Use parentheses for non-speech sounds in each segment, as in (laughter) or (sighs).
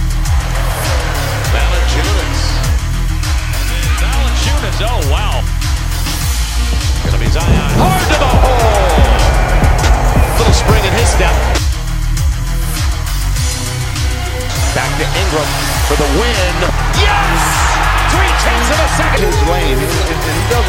Oh, Ingram for the win. Yes! Three tenths of a second. His lane, and he does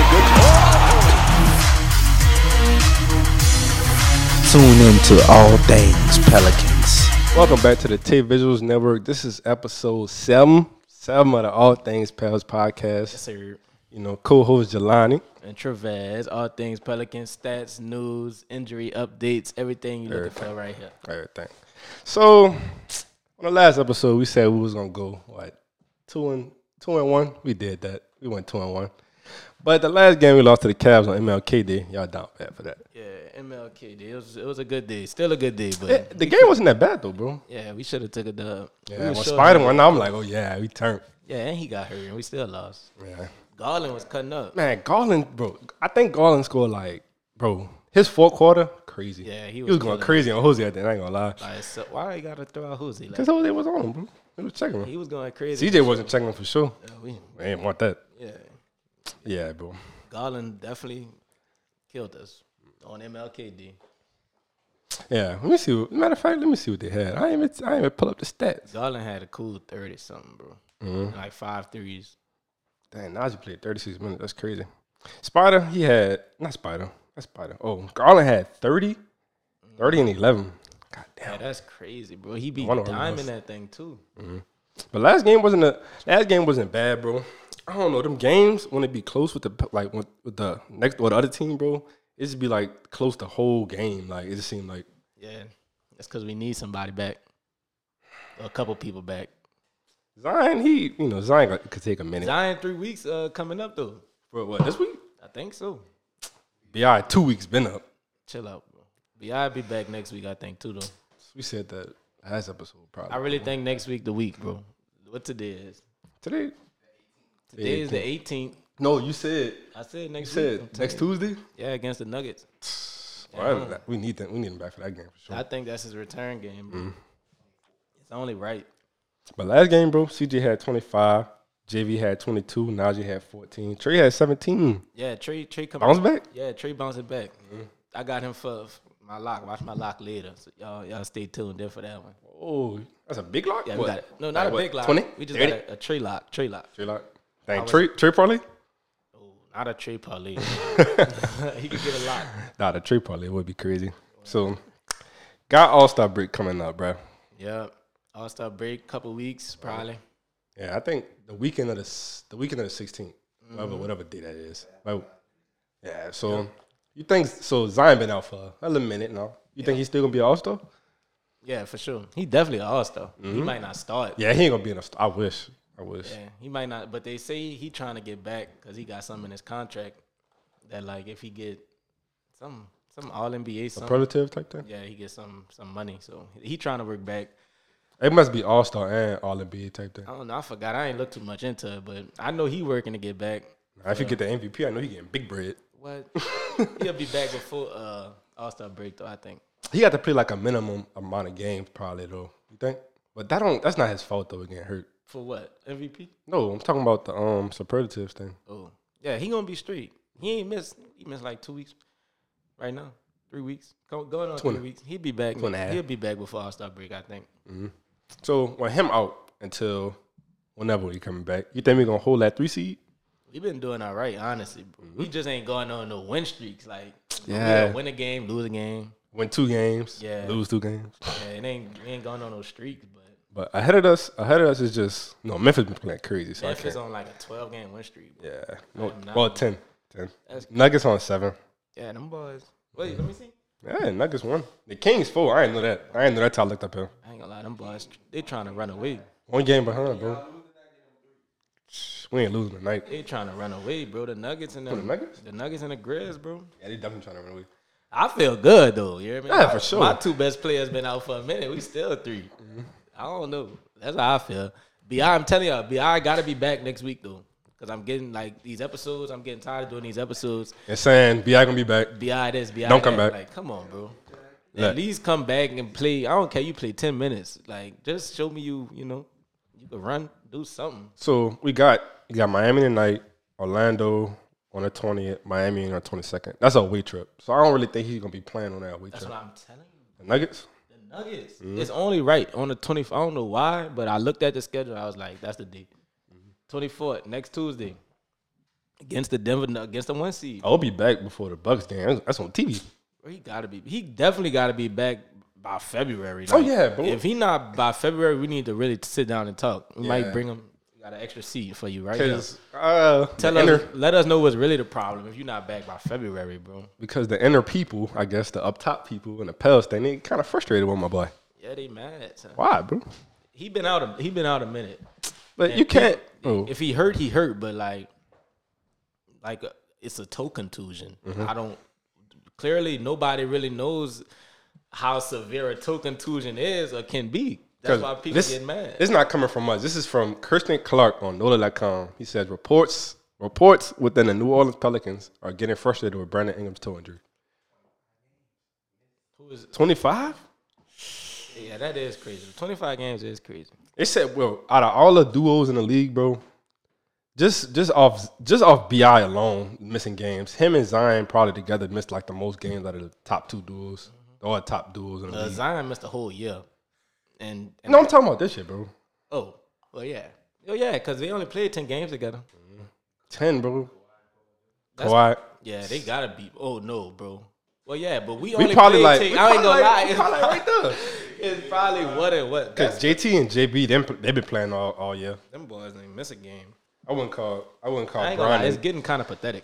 a good job. Tune into all things Pelicans. Welcome back to the T Visuals Network. This is episode seven, seven of the All Things Pals podcast. Yes, sir. You know, co-host Jelani. And Trevez, all things Pelican stats, news, injury updates, everything you're looking for right here. Everything. So on the last episode, we said we was gonna go what two and two and one. We did that. We went two and one. But the last game we lost to the Cavs on MLK Day, y'all down bad for that. Yeah, MLK day. It was it was a good day. Still a good day, (laughs) but Eh, the game wasn't that bad though, bro. yeah, we should have took a dub. We Yeah, when was short Spider handed. went, I'm like, oh yeah, we turned. Yeah, and he got hurt, and we still lost. Yeah. Garland was cutting up. Man, Garland, bro. I think Garland scored like, bro, his fourth quarter, crazy. Yeah, he he was, was going killing crazy on Jose at the end. I ain't gonna lie. Like, so why you gotta throw out Jose? Like, Because Jose was on him, bro. He was checking him. he was going crazy. CJ wasn't checking him for sure. Yeah, we- I ain't want that. yeah, Yeah, bro. Garland definitely killed us on MLKD. Yeah, let me see. What, matter of fact, let me see what they had. I ain't even, I ain't even pull up the stats. Garland had a cool thirty something, bro. Mm-hmm. Like five threes. Dang, Najee played 36 minutes. That's crazy. Spider, he had, not Spider. That's Spider. Oh, Garland had 30, 30 and 11. God damn. Yeah, that's crazy, bro. He be One of them diamond was- that thing too. But last game wasn't a last game wasn't bad, bro. I don't know them games when it be close with the like with, with the next or the other team, bro. It just be like close the whole game. Like it just seemed like Yeah, that's because we need somebody back, a couple people back. Zion. He you know Zion got- could take a minute. Zion three weeks uh, coming up though. Bro, what this week? I think so. Yeah, two weeks been up. Chill out, bro. But yeah, I'll be back next week. I think too though. We said that last episode I probably really think next week the week, bro. What today is? today. Today is the eighteenth. No, you said I said you next week. said I'm next telling Tuesday. you. Yeah, against the Nuggets. Well, I- we need them. We need them back for that game for sure. I think that's his return game. Bro. Mm. It's only right. But last game, bro, CJ had twenty five, JV had twenty two, Najee had fourteen, Trey had seventeen. Yeah, Trey Trey come Bounce back. Yeah, Trey bouncing back. Mm-hmm. I got him for for my lock. Watch my lock later. So y'all y'all stay tuned there for that one. Oh, that's a big lock. Yeah, What? we got it. No, not Like a what, big lock. 20? We just 30? got a, a tree lock. Tree lock. Tree lock. Dang, tree, tree parlay? Oh, not a (laughs) tree parlay. (laughs) he could get a lock. Nah, the tree parlay would be crazy. So, got All Star break coming up, bro. Yep. All star break, couple weeks probably. Yeah, I think the weekend of the s- the weekend of the sixteenth, Mm-hmm. whatever whatever day that is. Like, yeah. So you think so? Zion been out for a little minute now. You think he's still gonna be All Star? Yeah, for sure. He definitely an all star. He might not start. Mm-hmm. Yeah, he ain't gonna be in a. I wish. I wish. Yeah, he might not. But they say he trying to get back because he got something in his contract that like if he get some some All NBA something. Productive type thing. yeah, he gets some some money. So he trying to work back. It must be All Star and All NBA type thing. I don't know. I forgot. I ain't looked too much into it, but I know he working to get back. If you get the MVP, I know he getting big bread. What? (laughs) He'll be back before uh, All Star break, though. I think. He got to play like a minimum amount of games, probably though. You think? But that don't. That's not his fault though. Getting hurt. For what? MVP? No, I'm talking about the um superlatives thing. Oh, yeah. He gonna be straight. He ain't missed. He missed like two weeks. Right now, three weeks. Go- Going on Twenty. three weeks. He'll be back. Two and a half. He'll be back before All Star break. I think. So when him out until whenever he coming back, you think we gonna hold that three seed? We've been doing all right, honestly. Bro. We just ain't going on no win streaks. Like, Mm-hmm. Yeah. yeah, win a game, lose a game. Win two games, Yeah. lose two games. Yeah, it ain't we ain't going on no streaks, but. But ahead of us, ahead of us is just no Memphis been playing crazy, so Memphis I on like a 12 game win streak. bro. can't. yeah, no, I'm not- well 10. 10. That's- Nuggets on seven. Yeah, them boys. Wait, let me see. Yeah, Nuggets won. The Kings four. I didn't know that. I didn't know that. Till I looked up here. I ain't gonna lie, them boys, they trying to run away. One game behind, bro. We ain't losing tonight. They trying to run away, bro. The Nuggets and the, the Nuggets? the Nuggets and the Grizz, bro. Yeah, they definitely trying to run away. I feel good though. You hear me? Yeah, for sure. My two best players been out for a minute. We still 3 I don't know. That's how I feel. Bi, I'm telling y'all, Bi gotta be back next week though, because I'm getting like these episodes. I'm getting tired of doing these episodes. And saying Bi gonna be back. Bi this, Bi Don't come that. back. Like, come on, bro. Look. At least come back and play. I don't care. You play 10 minutes. Like, just show me you. You know, you can run, do something. So we got we got Miami tonight, Orlando on the twentieth, Miami on the twenty second. That's a away trip. So I don't really think he's gonna be playing on that away That's trip. what I'm telling you. The Nuggets. The Nuggets. Mm-hmm. It's only right on the 24th. I don't know why, but I looked at the schedule. I was like, that's the date. Mm-hmm. 24th, next Tuesday, against the Denver, Nu- against the one seed. I'll Oh, be back before the Bucks game. That's- That's on TV. He gotta be. He definitely gotta be back by February. Oh, yeah, bro. if he not by February, we need to really sit down and talk. We Yeah. might bring him. we Got an extra seat for you right now. Because uh, Tell the us, inner- let us know what's really the problem. If you're not back by February, bro. because the inner people, I guess the up top people and the Pels thing, they kind of frustrated with my boy. Yeah, they mad. Son. Why, bro? He been out. A, he been out a minute. But And you can't. oh, people- If he hurt, he hurt. But like, like uh, it's a toe contusion. Mm-hmm. I don't. Clearly, nobody really knows how severe a toe contusion is or can be. That's 'cause why people this- get mad. It's not coming from us. This is from Kirsten Clark on NOLA.com. He says reports reports within the New Orleans Pelicans are getting frustrated with Brandon Ingham's toe injury. Who is- Twenty five. Yeah, that is crazy. 25 games is crazy. They said, well, out of all the duos in the league, bro, just just off just off Bi alone missing games. Him and Zion probably together missed like the most games out of the top two duos Mm-hmm. or top duos in the Uh, league. Zion missed a whole year. And, and- No, I'm talking about this shit, bro. oh, well, yeah. Oh, yeah, because they only played 10 games together. Ten, bro. That's- Kawhi. Yeah, they got to be. Oh, no, bro. Well, yeah, but we We only probably like. played 10 we I ain't probably going to like- lie. we It's, probably right there. (laughs) it's probably what and what. Because JT and JB, them, they've been playing all, all year. Them boys ain't miss a game. I wouldn't call. I wouldn't I call ain't gonna lie, it's Brian. getting kind of pathetic.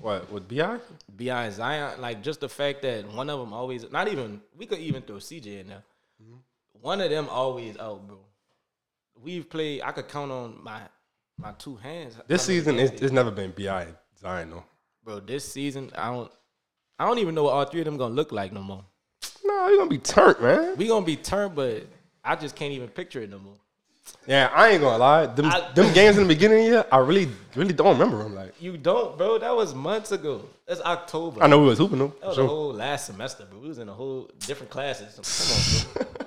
What with Bi? Beyond Zion, like just the fact that one of them always, not even, we could even throw CJ in there. Mm-hmm. One of them always out, bro. We've played, I could count on my my two hands. how This many season, games it's, they- it's never been Bi and Zion though. bro, this season, I don't, I don't even know what all three of them gonna look like no more. No, you're gonna be turned, man. We gonna be turned, but I just can't even picture it no more. Yeah, I ain't gonna lie. Them, I- them games in the beginning of the year, I really, really don't remember them. Like, You don't, bro. That was months ago. That's October. I know we was hooping them. That was sure. a Oh, whole last semester, bro. We was in a whole different classes. Come on, bro.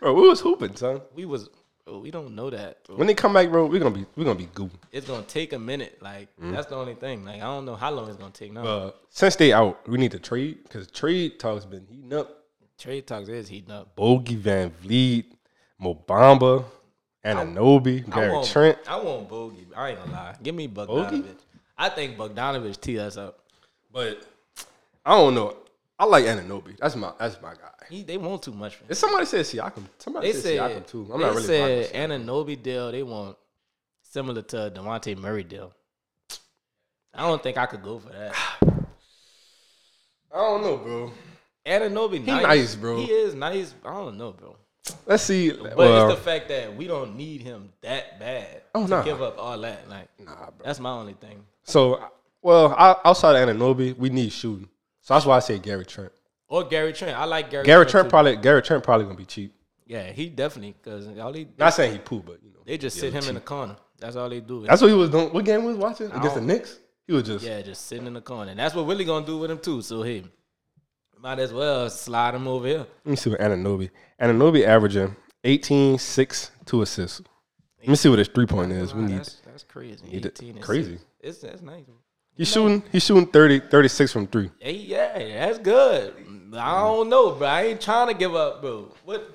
Bro, we was hooping, son. We was, bro, we don't know that, bro. When they come back, bro, we're gonna be, we're gonna be gooping. it's gonna take a minute. Like that's the only thing. Like I don't know how long it's gonna take. Now Uh, since they out, we need to trade because trade talk's been heating up. trade talks is heating up. Bogey Van Vliet, Mobamba, Ananobi, I Gary want, Trent. I want Bogey. I ain't gonna lie. Give me Bogey? Bogdanovich. I think Bogdanovich tee us up. But I don't know. I like Ananobi. That's my, that's my guy. He, they want too much. For him. If somebody says Siakam, somebody They says said Siakam too. I'm they not really. said Said, Ananobi deal. They want similar to a Devontae Murray deal. I don't think I could go for (sighs) that. I don't know, bro. Ananobi, nice. nice, bro. He is nice. I don't know, bro. Let's see. But well, it's the fact that we don't need him that bad Oh, to nah. give up all that. Like, nah, bro. that's my only thing. So, well, o- outside of Ananobi, we need shooting. So that's why I say Gary Trent. Or Gary Trent. I like Gary. Gary Trent too. probably Gary Trent probably gonna be cheap. Yeah, he definitely because all he Not saying he poo, but you know they just sit him in the corner. That's all they do. that's what he was doing. What game we was watching against the don't- Knicks? He was just yeah, just sitting in the corner, and that's what Willie gonna do with him too. So hey, might as well slide him over here. let me see what Ananobi. Ananobi averaging 18, 6, 2 assists. Let me see what his three point is. We Nah, need that's, that's crazy. need it. 18 and Crazy. six. It's that's nice. he's shooting he's shooting 30, 36 from three. Hey, yeah, that's good. I don't know, bro. I ain't trying to give up, bro. What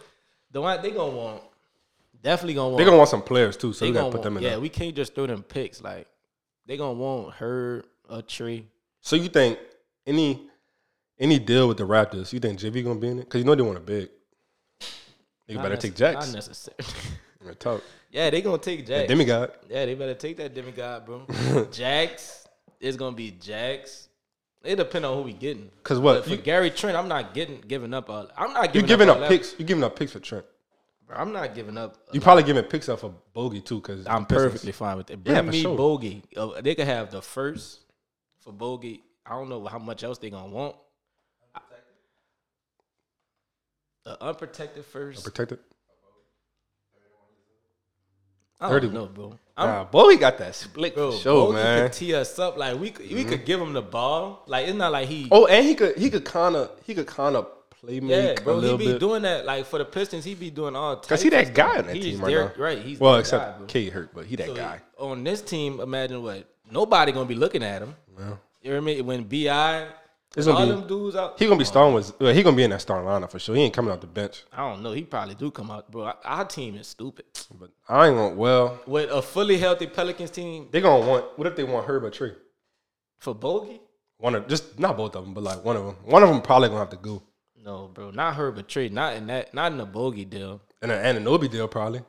the one they gonna want? Definitely gonna want. They're gonna want some players too, so they we gotta gonna put them in want, yeah, there. we can't just throw them picks. Like they gonna want her a tree. So you think any any deal with the Raptors, you think JV gonna be in it? Because you know they want a big. They better take Not Jax. necessarily. Real Talk. (laughs) Yeah, they gonna take Jax. Demigod. yeah, they better take that demigod, (laughs) bro. Jax is gonna be Jax. It depend on who we getting. 'Cause what, But for you- Gary Trent, I'm not getting giving up. All, I'm not You're giving giving up, all up that, picks. You're giving up picks for Trent. bro. I'm not giving up. You probably giving picks up for Bogey too, because I'm perfectly fine with it. Bring Yeah, for me sure. Bogey. Uh, they could have the first for Bogey. I don't know how much else they gonna want. The unprotected first. protected. I thirty. don't know, bro. I'm nah, Bogey got that split Bro, for sure, Bogey man. Mm-hmm. could tee us up. Like we could, we could give him the ball. Like it's not like he. Oh, and he could he could kind of he could kind of play me yeah, a bro. He little be bit. doing that. Like for the Pistons, he be doing all. Cause he that types of guy stuff. on that He's team right their- now. Right. He's well, their except guy, bro. K hurt, but he that So, guy. on this team. Imagine what nobody gonna be looking at him. You know what I mean? When Bi It's All gonna be them dudes out. he gonna be starting with well, he gonna be in that starting lineup for sure. He ain't coming off the bench. I don't know. He probably do come out, bro. Our team is stupid. But I ain't gonna well, With a fully healthy Pelicans team they gonna want what if they want Herb or Tree? for Bogey? One of just not both of them, but like one of them. One of them probably gonna have to go. No, bro. Not Herb or Trey. Not in that. Not in the Bogey deal. And an Ananobi deal probably.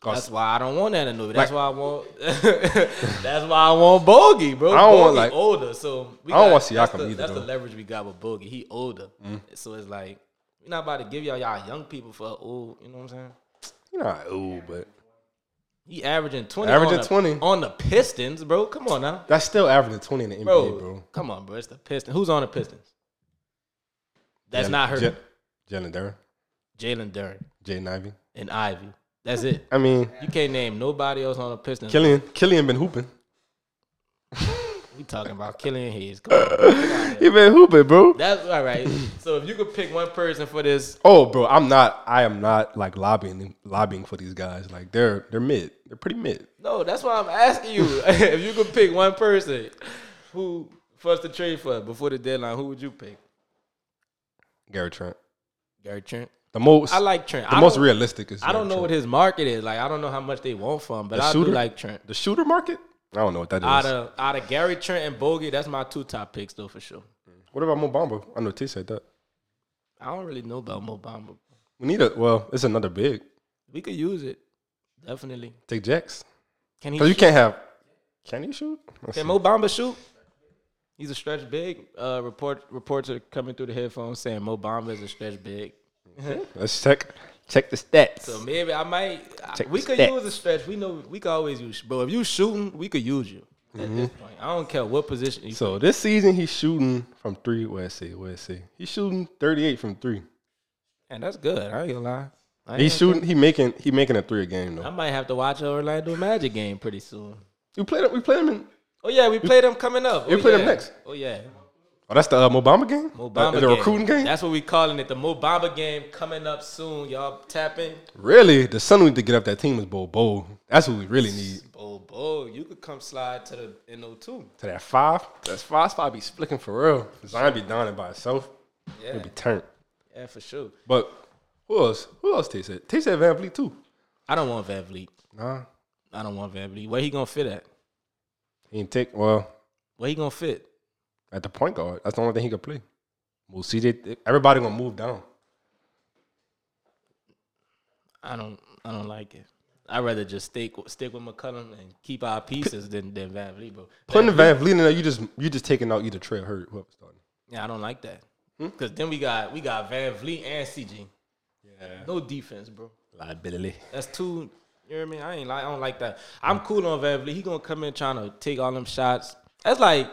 'Cause That's why I don't want Ananobi. That's why I want. (laughs) that's why I want Bogey, bro. I don't want, Bogey like- older. So we I don't want that's Siakam the- either, That's the though. Mm. leverage we got with Bogey. He older, so it's like we're not about to give y'all y'all young people for old. You know what I'm saying? you know, like, ooh, but He averaging twenty. Averaging on the, 20. on the Pistons, bro. Come on now, that's still averaging twenty in the NBA, bro. bro. Come on, bro. It's the Pistons. Who's on the Pistons? That's not her. J- Jalen Duren, Jalen Duren Jay Nivey. and Ivy. That's it. I mean, You can't name nobody else on the Pistons. Killian Killian been hooping. we talking about killing heads. Come on. He been hooping, bro. That's all (laughs) right. so if you could pick one person for this, Oh, bro, I'm not. I am not like lobbying lobbying for these guys. Like they're they're mid. They're pretty mid. no, that's why I'm asking you. (laughs) if you could pick one person who for us to trade for before the deadline, who would you pick? Gary Trent, Gary Trent. the most. I like Trent. the I most don't- realistic is. I don't know Gary what Trent. his market is. Like I don't know how much they want from, but The I do shooter? like Trent. the shooter market. I don't know what that Out is. of out of Gary Trent and Bogey, that's my two top picks though for sure. What about Mobamba? I know T said that. I don't really know about Mobamba. We need a well. It's another big. We could use it. Definitely. Take Jax Can he because you can't have. Can he shoot? Let's see. Can Mo Bamba shoot? He's a stretch big. Uh, report reports are coming through the headphones saying Mo Bamba is a stretch big. Let's check check the stats. So maybe I might. I- Check we the could stats. use a stretch. We know we could always use. But if you shooting, we could use you. At this point, I don't care what position. You, Mm-hmm. So this season he's shooting from three. Where is he? Where is he? He's shooting 38 from three. and that's good. I ain't gonna lie. I ain't He's gonna- shooting. He making. He making a three a game I though. might have to watch an Orlando Magic game pretty soon. We played. We played him in. Oh yeah, we play them coming up. We oh, play yeah. them next. Oh yeah, Oh, that's the uh, Mobamba game. Mo Uh, Bamba the game. recruiting game. That's what we calling it. The Mo Bamba game coming up soon. Y'all tap in. really, the son we need to get up that team is Bo Bo. That's what we really need. Oh, boy, you could come slide to the NO2. To that five. That's five spot be splitting for real. Zion be downing by itself. Yeah, It'll be turned. yeah, for sure. But who else? Who else? T said. T said Van Vliet too. I don't want Van Vliet. Nah, I don't want Van Vliet. Where he gonna fit at? he ain't take. Well, Where he gonna fit? at the point guard, that's the only thing he could play. Move CJ. th- Everybody gonna move down. I don't. I don't like it. I'd rather just stick stick with McCullum and keep our pieces than than Van Vliet, bro. Putting the Van Vliet in there, you just you just taking out either Trey or Hurt, whoever's starting. Yeah, I don't like that. Hmm? Cause then we got we got Van Vliet and CG. Yeah. No defense, bro. Liability. That's too. You know what I mean? I ain't like. I don't like that. I'm cool on Van Vliet. He gonna come in trying to take all them shots. That's like.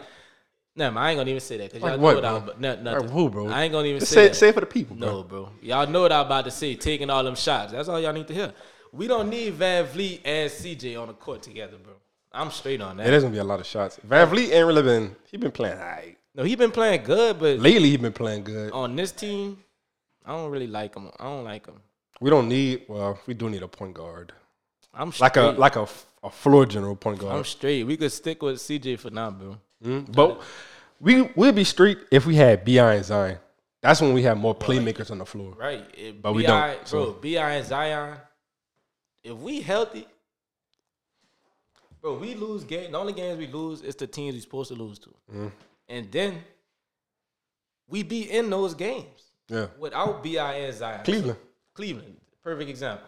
Never mind. I ain't gonna even say that because y'all Like know what, what I'm. bro? But no, Like nothing. who, bro? I ain't gonna even Just say, say, that. say it for the people. no, No, bro. Y'all know what I'm about to say. Taking all them shots. That's all y'all need to hear. We don't need Van Vliet and CJ on the court together, bro. I'm straight on it that. is gonna be a lot of shots. Van Vliet ain't really been. He been playing. All right. No, he been playing good, but Lately, he been playing good. on this team, I don't really like him. I don't like him. We don't need. Well, we do need a point guard, I'm straight. like a like a, a floor general point I'm guard. straight. We could stick with CJ for now, bro. Mhm. But we we'd be straight if we had Bi and Zion. That's when we have more playmakers on the floor. Right. If But we BI don't, Bro, so- B.I. and Zion, if we healthy, bro, we lose game. The only games we lose is the teams we supposed to lose to. Mm-hmm. And then we be in those games Yeah, without B.I. and Zion. Cleveland. Cleveland. Perfect example.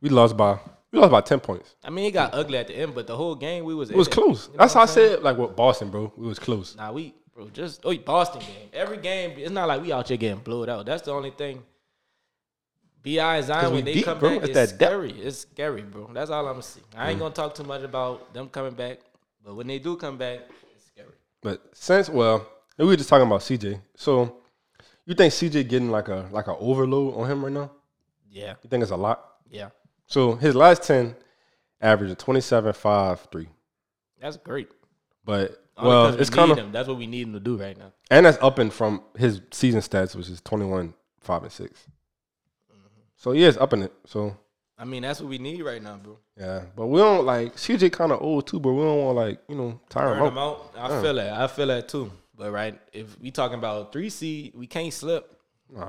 We lost by we lost by ten points. I mean, it got ugly at the end, but the whole game we was It was close. That's how I said like what Boston, bro. It was close. Nah, we bro, just oh Boston game. Every game, it's not like we out here getting blown out. That's the only thing. Bi and Zion 'Cause we when they deep, come bro. back, It's it's, that depth. Mm. scary. It's scary, bro. That's all I'm gonna see. I ain't gonna talk too much about them coming back, but when they do come back, it's scary. But since well, we were just talking about CJ. So you think CJ getting like a like a overload on him right now? Yeah, You think it's a lot? yeah, So his last ten average of 27, 5, 3. that's great. But Only well, 'cause we it's kind of need them. that's what we need them to do right now. and that's upping from his season stats, which is 21, 5, and 6. Mm-hmm. So yeah, it's upping it. So I mean, that's what we need right now, bro. yeah. But we don't like CJ kinda old too, but we don't want like, you know, tire Burn him them out. out. I feel that. I feel that too. But right, if we talking about three seed, we can't slip.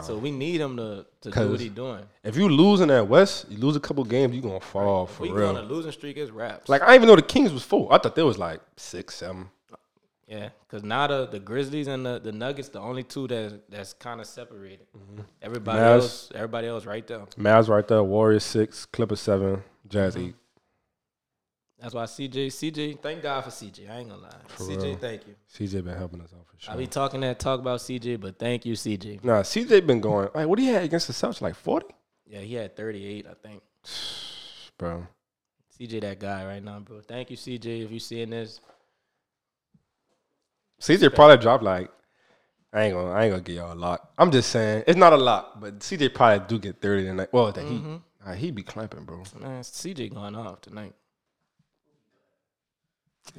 So we need him to, to do what Cause- he doing. If you losing at West, you lose a couple games, you gonna fall for We real. going on a losing streak is wraps. Like I didn't even know the Kings was full. I thought there was like six, seven. yeah, because now the, the Grizzlies and the, the Nuggets the only two that that's kind of separated. Mm-hmm. Everybody Mavs. else, everybody else right there. Mavs right there, Warriors six, Clippers seven, Jazz Mm-hmm. eight. That's why CJ, CJ, thank God for CJ. I ain't gonna lie, CJ, real. thank you. CJ been helping us out for sure. I be talking that talk about CJ, but thank you, CJ. nah, CJ been going. Like, what he had against the Celtics? Like forty, Yeah, he had 38, I think. bro. CJ, that guy right now, bro. Thank you, CJ. If you seeing this, CJ probably dropped like. I ain't gonna. I ain't gonna get y'all a lot. I'm just saying it's not a lot, but CJ probably do get thirty tonight. Well, that Mm-hmm. he nah, he be clamping, bro. man, CJ going off tonight.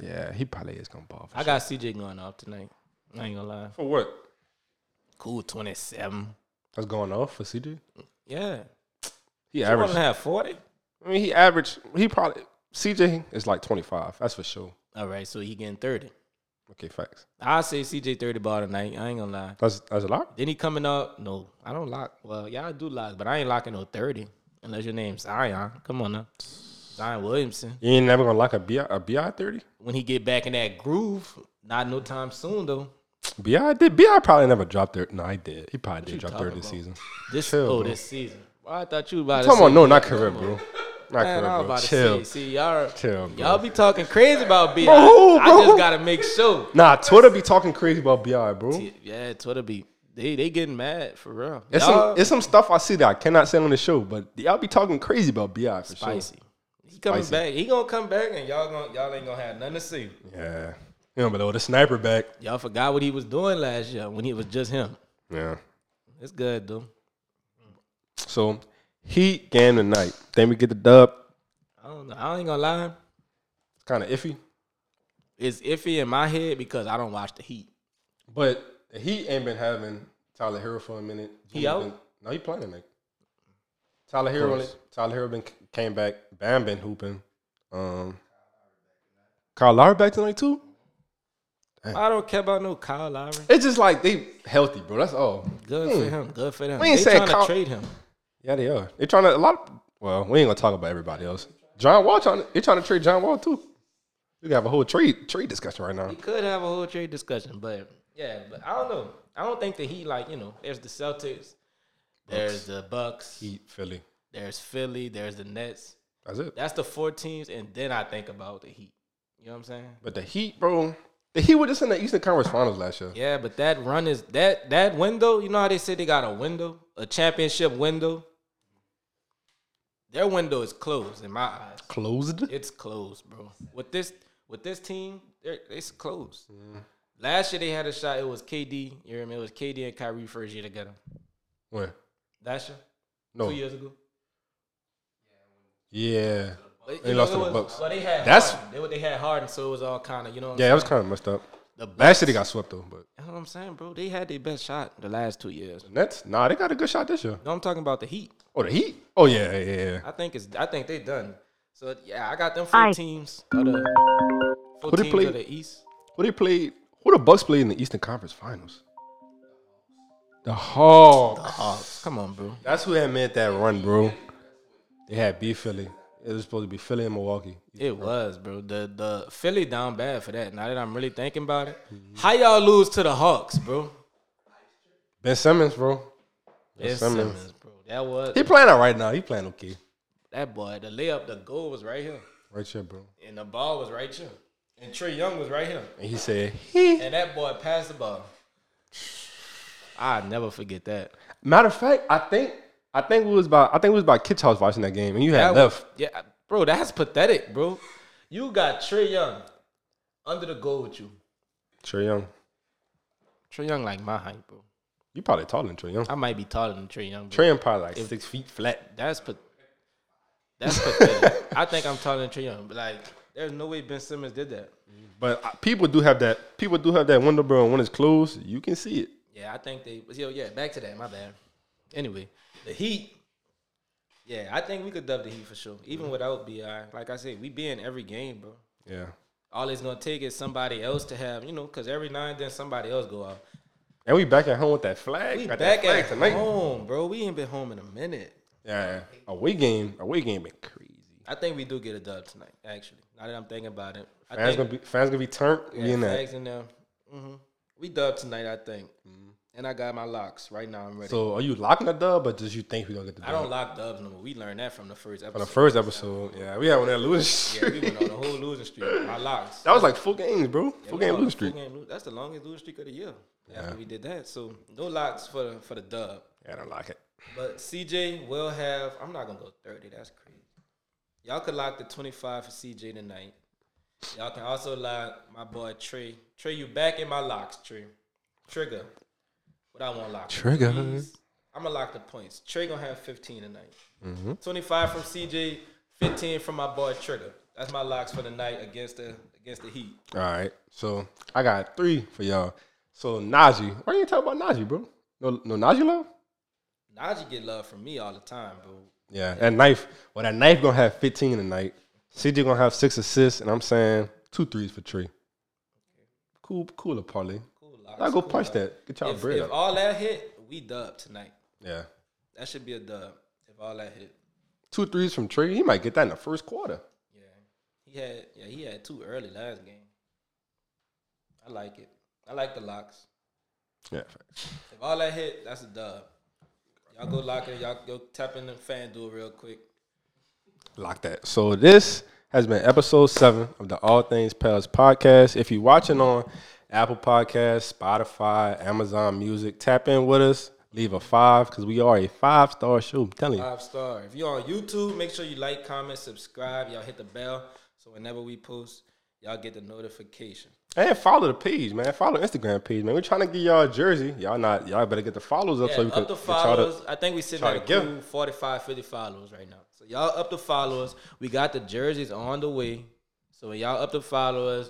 Yeah, he probably is gonna ball. For, I got CJ going off tonight. I ain't gonna lie. for what? Cool, 27. That's going off for CJ. Yeah, He I want averaged. to have 40. I mean, he averaged. He probably CJ is like twenty five. That's for sure. All right, so he getting 30. Okay, facts. I say CJ 30 ball tonight. I ain't gonna lie. That's that's a lot. Then he coming up. No, I don't lock. Well, y'all do lock, but I ain't locking no 30 unless your name's Zion. Come on now. Zion Williamson. You ain't never gonna like a bi a bi thirty. When he get back in that groove, not no time soon though. Bi did bi probably never dropped thirty. No, he did. He probably did drop talking thirty this about? season. This Chill, oh bro. this season. Well, I thought you about to Come say- on, no, not career, bro. Not Man, I career, was bro. about Chill. to say, see y'all, Chill, bro. y'all be talking crazy about B. I Bro, I just bro. gotta make sure. Nah, Twitter be talking crazy about bi, bro. Yeah, Twitter be they they getting mad for real. It's Y'all some, it's some stuff I see that I cannot say on the show, but y'all be talking crazy about bi for spicy. He coming Spicy. back. He gonna come back and y'all gonna y'all ain't gonna have nothing to see. sure. Yeah, you know, but oh, the sniper back. Y'all forgot what he was doing last year when he was just him. Yeah. It's good though. So Heat game tonight. Then we get the dub. I don't know. I ain't gonna lie. It's kind of iffy, It's iffy in my head because I don't watch the Heat. but the Heat ain't been having Tyler Hero for a minute. He out? Been, no, he playing tonight. Tyler Hero. course. Tyler Hero been came back. Bam been hooping. Um, Kyle Lowry back tonight too. I don't care about no Kyle Lowry. It's just like they healthy, bro. That's all. Good for him. Good for them. Hmm. We ain't they saying trying Kyle- to trade him. Yeah, they are. They trying to a lot. Of, well, we ain't gonna talk about everybody else. John Wall trying. They trying to trade John Wall too. We can have a whole trade trade discussion right now. We could have a whole trade discussion, but yeah, but I don't know. I don't think that he like you know. There's the Celtics, there's the Bucks, Heat, Philly. there's Philly, there's the Nets. That's it. That's the four teams, and then I think about the Heat. You know what I'm saying? But the Heat, bro. The Heat were just in the Eastern Conference Finals last year. Yeah, but that run is that that window. You know how they say they got a window, a championship window. Their window is closed in my eyes. Closed. It's closed, bro. With this with this team, they're- it's closed. Last year they had a shot. It was KD. You remember it was KD and Kyrie first year together. When? Last year, No. two years ago. Yeah. But, you They lost it to the was- Bucks. Well, they had That's- that's Harden. They, they had Harden, so it was all kind of you know. What Yeah, I'm that was kind of messed up. The Bucks. Last year they got swept though, but That's what I'm saying, bro. They had their best shot the last two years. Nets. Nah, they got a good shot this year. No, I'm talking about the Heat. Oh, the Heat. Oh yeah, yeah, yeah, yeah. I think it's. I think they done. So yeah, I got them four teams. Of the, four Who they teams play? of the East. Who they played? Who the Bucks played in the Eastern Conference Finals? The Hawks. Hawks. Come on, bro. That's who had made that run, bro. They had B Philly. It was supposed to be Philly and Milwaukee. It was, bro. The the Philly down bad for that. Now that I'm really thinking about it, how y'all lose to the Hawks, bro? Ben Simmons, bro. Ben Simmons. Simmons, bro. That was He playing all right now. He playing okay. that boy. The layup, the goal was right here, Right here, bro. and the ball was right here, and Trey Young was right here, And he said, he. and that boy passed the ball. I never forget that. Matter of fact, I think I think we was about I think we was about Kitchhouse watching that game, and you had That left. was- yeah, bro, that's pathetic, bro. You got Trey Young under the goal with you. Trey Young. Trey Young like my height, bro. You probably taller than Trey Young. I might be taller than Trey Young. Bro. Trey Young probably like six feet flat. that's pa- that's pathetic. I think I'm taller than Trey Young, but like, there's no way Ben Simmons did that. But uh, people do have that. People do have that window, bro. And when it's closed, you can see it. Yeah, I think they. Yo, yeah, back to that. My bad. Anyway, the Heat. Yeah, I think we could dub the Heat for sure, even without Bi. Like I said, we be in every game, bro. Yeah. All it's gonna take is somebody else to have, you know, because every now and then somebody else go out. And we back at home with that flag. We Got that back flag at home, bro. We ain't been home in a minute. Yeah, away game, away game been crazy. I think we do get a dub tonight. Actually, now that I'm thinking about it, I Fans think gonna be fans gonna be turned. we yeah, in that. Fags in there. hmm We dub tonight, I think. And I got my locks right now. I'm ready. Mm-hmm. So are you locking the dub, or just you think we gonna get the dub? I don't lock dubs no more. We learned that from the first episode. On the first episode, yeah, we had one that losing. yeah, we went on the whole losing streak. My locks. (laughs) that was like four games, bro. Yeah, Four we game on a losing streak. full game lo- That's the longest losing streak of the year. After we did that, so no locks for the for the dub. Yeah, I don't like it. But CJ will have. I'm not gonna go 30. That's crazy. Y'all could lock the 25 for CJ tonight. Y'all can also lock my boy Trey. Trey, you back in my locks, Trey. Trigger. What I want lock. Trigger. I'm gonna lock the points. Trey gonna have 15 tonight. Mm-hmm. 25 from CJ. 15 from my boy Trigger. That's my locks for the night against the against the Heat. All right, so I got three for y'all. So Najee, why you ain't talking about Najee, bro? No, no Najee love. Najee get love from me all the time, bro. Yeah, that knife. Well, that knife gonna have 15 tonight. CJ gonna have six assists, and I'm saying two threes for Tree. Cool, cooler parlay. Cool locks. I go cool punch locks. that. Get y'all If, bread if up. all that hit, we dub tonight. Yeah, That should be a dub if all that hit. two threes from Trey. He might get that in the first quarter. Yeah, he had yeah he had two early last game. I like it. I like the locks. Yeah, If all that hit, that's a dub. Y'all go lock it. Y'all go tap in the fan duel real quick. Lock that. So this has been episode seven of the All Things Pals podcast. If you're watching on Apple Podcasts, Spotify, Amazon Music, tap in with us. Leave a five because we are a five star show. I'm telling you. Five star. If you're on YouTube, make sure you like, comment, subscribe. Y'all hit the bell so whenever we post, y'all get the notification. And follow the page, man. Follow the Instagram page, man. We're trying to get y'all a jersey. Y'all not y'all better get the follows up Yeah, so you up can the get y'all to- followers. I think we sitting try at a to give. cool 45, 50 followers right now. So y'all up the followers. We got the jerseys on the way. So when y'all up the followers,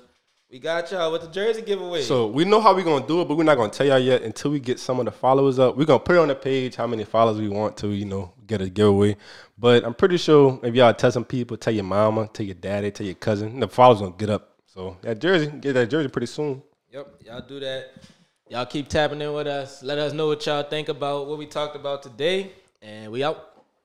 we got y'all with the jersey giveaway. So we know how we're gonna do it, but we're not gonna tell y'all yet until we get some of the followers up. We're gonna put it on the page how many followers we want to, you know, get a giveaway. But I'm pretty sure if y'all tell some people, tell your mama, tell your daddy, tell your cousin, the followers gonna get up. So that jersey, get that jersey pretty soon. yep, y'all do that. Y'all keep tapping in with us. Let us know what y'all think about what we talked about today. And we out.